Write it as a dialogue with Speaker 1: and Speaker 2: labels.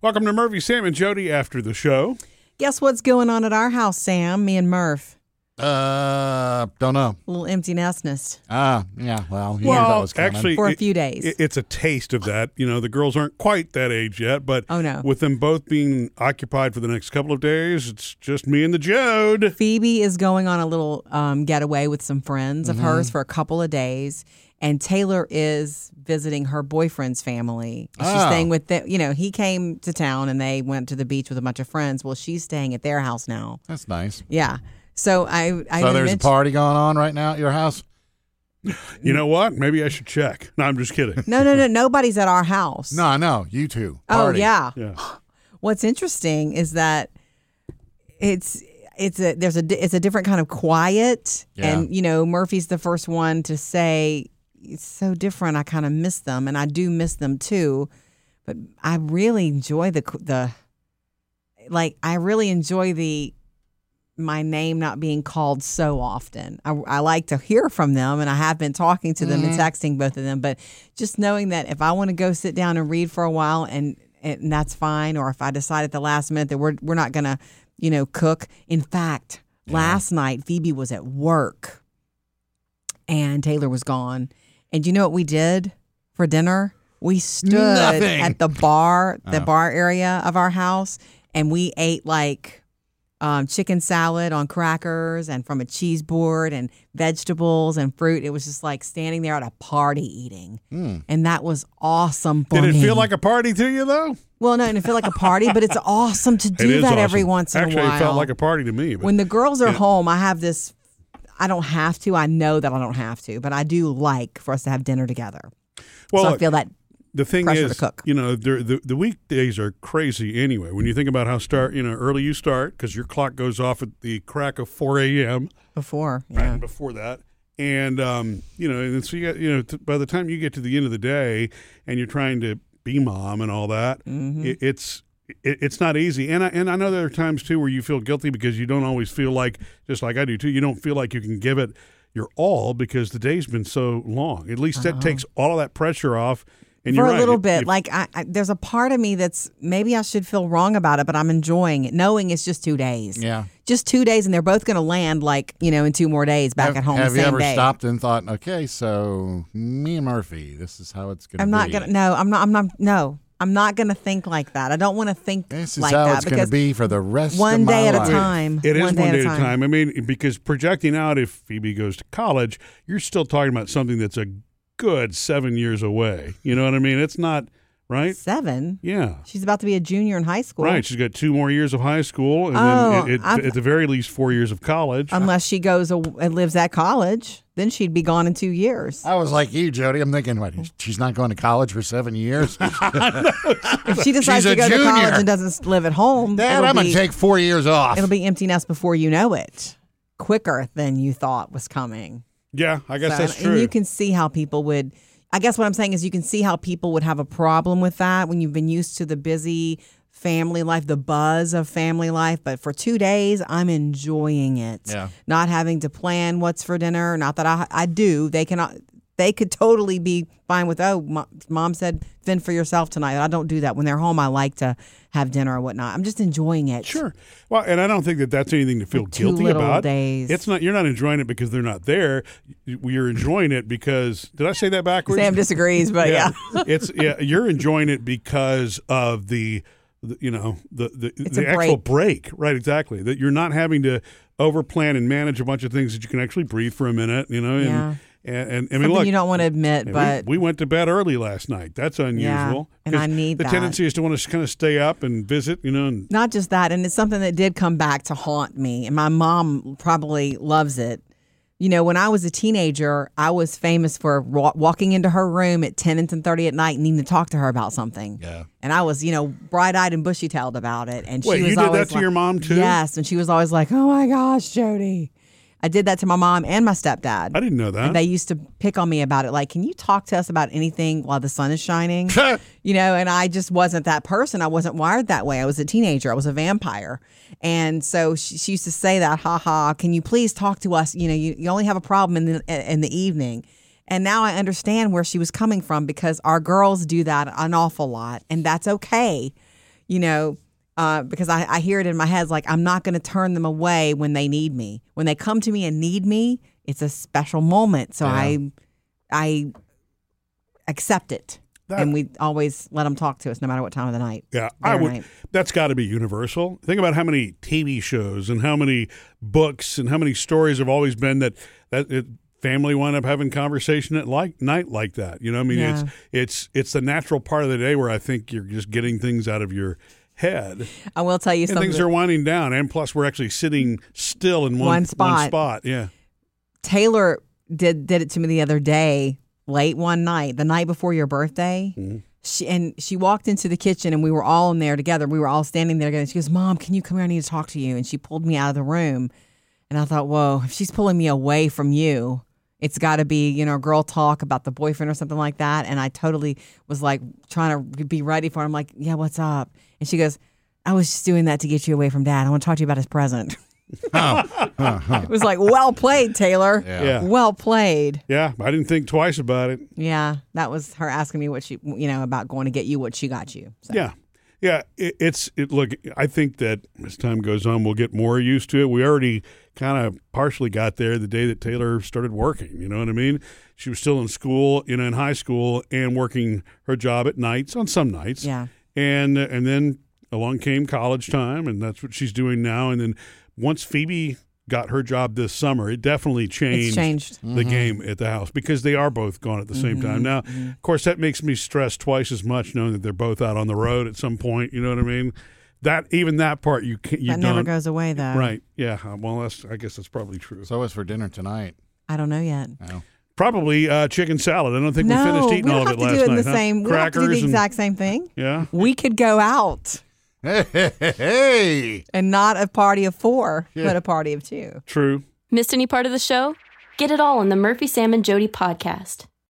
Speaker 1: Welcome to Murphy, Sam, and Jody after the show.
Speaker 2: Guess what's going on at our house, Sam? Me and Murph.
Speaker 3: Uh, don't know.
Speaker 2: Little empty nestness
Speaker 3: Ah, yeah. Well, you knew that
Speaker 1: Well,
Speaker 3: was coming.
Speaker 1: actually-
Speaker 2: for a
Speaker 1: It-
Speaker 2: few days.
Speaker 1: I- It's a taste of that. You know, the girls aren't quite that age yet, but
Speaker 2: Oh, no.
Speaker 1: with them both being occupied for the next couple of days, it's just me and the Jode.
Speaker 2: Phoebe is going on a little um, getaway with some friends of
Speaker 3: Mm-hmm.
Speaker 2: hers for a couple of days, and Taylor is visiting her boyfriend's family. She's
Speaker 3: Oh.
Speaker 2: staying with them. You know, he came to town and they went to the beach with a bunch of friends. Well, she's staying at their house now.
Speaker 3: that's nice.
Speaker 2: Yeah. So I, I
Speaker 3: So
Speaker 2: even
Speaker 3: there's a
Speaker 2: mentioned-
Speaker 3: party going on right now at your house.
Speaker 1: You know what? Maybe I should check. No, I'm just kidding.
Speaker 2: No, no, no. Nobody's at our house.
Speaker 3: No, I know you two.
Speaker 2: Oh
Speaker 3: Party.
Speaker 2: yeah.
Speaker 1: Yeah.
Speaker 2: What's interesting is that it's it's a there's a di- it's a different kind of quiet,
Speaker 3: Yeah.
Speaker 2: and you know Murphy's the first one to say it's so different. I kind of miss them, and I do miss them too, but I really enjoy the qu- the like I really enjoy the my name not being called so often. I, I like to hear from them, and I have been talking to them and texting both of them. But just knowing that if I want to go sit down and read for a while, and and that's fine, or if I decide at the last minute that we're we're not gonna, you know, cook. In fact, last night Phoebe was at work, and Taylor was gone. And you know what we did for dinner? We stood
Speaker 3: Nothing.
Speaker 2: at the bar,
Speaker 1: Oh.
Speaker 2: the bar area of our house, and we ate like um, chicken salad on crackers and from a cheese board and vegetables and fruit. It was just like standing there at a party eating, and that was awesome. For
Speaker 1: Hmm. Did it
Speaker 2: me.
Speaker 1: feel like a party to you, though?
Speaker 2: well, no, it didn't feel like a party, but it's awesome to
Speaker 1: it
Speaker 2: do
Speaker 1: is
Speaker 2: that
Speaker 1: awesome.
Speaker 2: every once in
Speaker 1: Actually,
Speaker 2: a while.
Speaker 1: it felt like a party to me. But
Speaker 2: when the girls are home, I have this. I don't have to. I know that I don't have to, but I do like for us to have dinner together.
Speaker 1: well,
Speaker 2: so I
Speaker 1: look,
Speaker 2: feel that
Speaker 1: the thing
Speaker 2: pressure
Speaker 1: is,
Speaker 2: to cook.
Speaker 1: you know, the, the the weekdays are crazy anyway. When you think about how start, you know, early you start because your clock goes off at the crack of 4 a.m.
Speaker 2: before.
Speaker 1: right,
Speaker 2: Yeah.
Speaker 1: and before that. And um, you know, and so you got you know, t- by the time you get to the end of the day, and you're trying to be mom and all that,
Speaker 2: Mm-hmm.
Speaker 1: it, it's it, it's not easy. And I and I know there are times too where you feel guilty because you don't always feel like just like I do too. You don't feel like you can give it your all because the day's been so long. At least that takes all of that pressure off. And
Speaker 2: Uh-huh.
Speaker 1: you're
Speaker 2: for a
Speaker 1: right,
Speaker 2: little
Speaker 1: if-
Speaker 2: bit.
Speaker 1: if-
Speaker 2: like I, I, there's a part of me that's maybe I should feel wrong about it, but I'm enjoying it, knowing it's just two days.
Speaker 3: Yeah.
Speaker 2: just two days, and they're both going to land like you know in two more days back
Speaker 3: have,
Speaker 2: at home.
Speaker 3: Have
Speaker 2: the
Speaker 3: you
Speaker 2: same
Speaker 3: ever
Speaker 2: day.
Speaker 3: stopped and thought, okay, so me and Murphy, this is how it's gonna
Speaker 2: I'm
Speaker 3: be.
Speaker 2: not gonna. No, I'm not. I'm not. No, I'm not gonna think like that. I don't want to think
Speaker 3: This is
Speaker 2: like
Speaker 3: how
Speaker 2: that
Speaker 3: it's gonna
Speaker 2: because
Speaker 3: be for the rest.
Speaker 2: one
Speaker 3: of my
Speaker 2: day at a
Speaker 3: life.
Speaker 2: time.
Speaker 1: It is
Speaker 2: one day at a time.
Speaker 1: I mean, because projecting out if Phoebe goes to college, you're still talking about something that's a good seven years away. You know what I mean? It's not right.
Speaker 2: Seven.
Speaker 1: Yeah,
Speaker 2: She's about to be a junior in high school.
Speaker 1: right. She's got two more years of high school, and
Speaker 2: Oh,
Speaker 1: then it,
Speaker 2: I've-
Speaker 1: it, at the very least four years of college.
Speaker 2: Unless she goes aw- and lives at college, then she'd be gone in two years.
Speaker 3: I was like you, Jody. I'm thinking, what? She's not going to college for seven years.
Speaker 2: If she decides to
Speaker 3: She's a
Speaker 2: go to college
Speaker 3: junior.
Speaker 2: and doesn't live at home,
Speaker 3: Dad,
Speaker 2: it'll
Speaker 3: I'm gonna
Speaker 2: be-
Speaker 3: take four years off.
Speaker 2: It'll be empty nest before you know it, quicker than you thought was coming.
Speaker 1: yeah, I guess
Speaker 2: So,
Speaker 1: that's
Speaker 2: and,
Speaker 1: true.
Speaker 2: and you can see how people would. I guess what I'm saying is you can see how people would have a problem with that when you've been used to the busy family life, the buzz of family life. But for two days, I'm enjoying it.
Speaker 3: Yeah.
Speaker 2: Not having to plan what's for dinner. Not that I I do. They cannot. They could totally be fine with oh, mo- mom said fend for yourself tonight. I don't do that when they're home. I like to have dinner or whatnot. I'm just enjoying it.
Speaker 1: Sure. Well, and I don't think that that's anything to feel
Speaker 2: Like two
Speaker 1: guilty
Speaker 2: little
Speaker 1: about.
Speaker 2: days.
Speaker 1: It's not. You're not enjoying it because they're not there. You- You're enjoying it because. Did I say that backwards?
Speaker 2: Sam disagrees, but yeah.
Speaker 1: it's yeah. You're enjoying it because of the, the you know the the, the
Speaker 2: a
Speaker 1: actual break, right? Exactly. That you're not having to overplan and manage a bunch of things that you can actually breathe for a minute. You know, and
Speaker 2: Yeah.
Speaker 1: and, and, I mean,
Speaker 2: Something
Speaker 1: look,
Speaker 2: you don't want to admit,
Speaker 1: we-
Speaker 2: but
Speaker 1: we, went to bed early last night. That's unusual.
Speaker 2: and I
Speaker 1: 'Cause
Speaker 2: need
Speaker 1: the
Speaker 2: that.
Speaker 1: tendency is to want to kind of stay up and visit. You know, and
Speaker 2: not just that, and it's something that did come back to haunt me. And my mom probably loves it. You know, when I was a teenager, I was famous for wa- walking into her room at 10 and 10.30 at night and needing to talk to her about something.
Speaker 3: Yeah.
Speaker 2: And I was, you know, bright-eyed and bushy-tailed about it. And
Speaker 1: Wait,
Speaker 2: she was
Speaker 1: you did that
Speaker 2: always
Speaker 1: to
Speaker 2: like-
Speaker 1: your mom, too?
Speaker 2: Yes, and she was always like, oh, my gosh, Jody. I did that to my mom and my stepdad.
Speaker 1: I didn't know that.
Speaker 2: And they used to pick on me about it. Like, can you talk to us about anything while the sun is shining? you know, and I just wasn't that person. I wasn't wired that way. I was a teenager. I was a vampire. And so she, she used to say that, ha ha, can you please talk to us? You know, you, you only have a problem in the, in the evening. And now I understand where she was coming from because our girls do that an awful lot. And that's okay you know, uh, because I, I hear it in my head like, I'm not going to turn them away when they need me. When they come to me and need me, it's a special moment. So I, I accept it.
Speaker 1: That-
Speaker 2: and we always let them talk to us no matter what time of the night.
Speaker 1: Yeah,
Speaker 2: day
Speaker 1: I
Speaker 2: or
Speaker 1: would.
Speaker 2: night.
Speaker 1: That's got to be universal. Think about how many TV shows and how many books and how many stories have always been that that it, family wound up having conversation at like night like that. You know, I mean,
Speaker 2: Yeah.
Speaker 1: it's it's it's the natural part of the day where I think you're just getting things out of your head and
Speaker 2: I will tell you something.
Speaker 1: things are winding down. And plus, we're actually sitting still in one
Speaker 2: One spot.
Speaker 1: Yeah,
Speaker 2: Taylor did did it to me the other day, late one night, the night before your birthday. She and she walked into the kitchen and we were all in there together. We were all standing there together. She goes, "Mom, can you come here? I need to talk to you." And she pulled me out of the room, and I thought, "Whoa, if she's pulling me away from you, it's got to be you know girl talk about the boyfriend or something like that." And I totally was like trying to be ready for. It. I'm like, "Yeah, what's up?" And she goes. I was just doing that to get you away from dad. I want to talk to you about his present. it was like, well played, Taylor.
Speaker 3: Yeah.
Speaker 1: yeah, yeah.
Speaker 2: Well played.
Speaker 1: I didn't think twice about it.
Speaker 2: Yeah, that was her asking me what she, you know, about going to get you what she got you. So.
Speaker 1: Yeah. Yeah, it, it's it. Look, I think that as time goes on, we'll get more used to it. We already kind of partially got there the day that Taylor started working. You know what I mean? She was still in school, you know, in high school, and working her job at nights on some nights.
Speaker 2: Yeah.
Speaker 1: and uh, and then along came college time, and that's what she's doing now. And then once Phoebe got her job this summer, it definitely
Speaker 2: It's changed.
Speaker 1: the game at the house because they are both gone at the same
Speaker 2: Mm-hmm.
Speaker 1: time. Now, of course, that makes me stress twice as much knowing that they're both out on the road at some point. You know what I mean? That even that part you can't you
Speaker 2: that never
Speaker 1: don't
Speaker 2: goes away, though.
Speaker 1: right. Yeah. uh, Well, that's I guess that's probably true.
Speaker 3: So what's for dinner tonight?
Speaker 2: I don't know yet.
Speaker 3: No.
Speaker 1: Probably uh, chicken salad. I don't think
Speaker 2: no,
Speaker 1: we finished eating
Speaker 2: we
Speaker 1: all
Speaker 2: don't
Speaker 1: of
Speaker 2: have
Speaker 1: it
Speaker 2: to
Speaker 1: last
Speaker 2: do it in
Speaker 1: night.
Speaker 2: the
Speaker 1: huh?
Speaker 2: same. We don't have
Speaker 1: Crackers
Speaker 2: to do the
Speaker 1: and-
Speaker 2: exact same thing.
Speaker 1: yeah.
Speaker 2: We could go out
Speaker 3: Hey, hey, hey, hey.
Speaker 2: and not a party of four, but a party of two.
Speaker 1: True.
Speaker 4: Missed any part of the show? Get it all on the Murphy, Sam, and Jody podcast.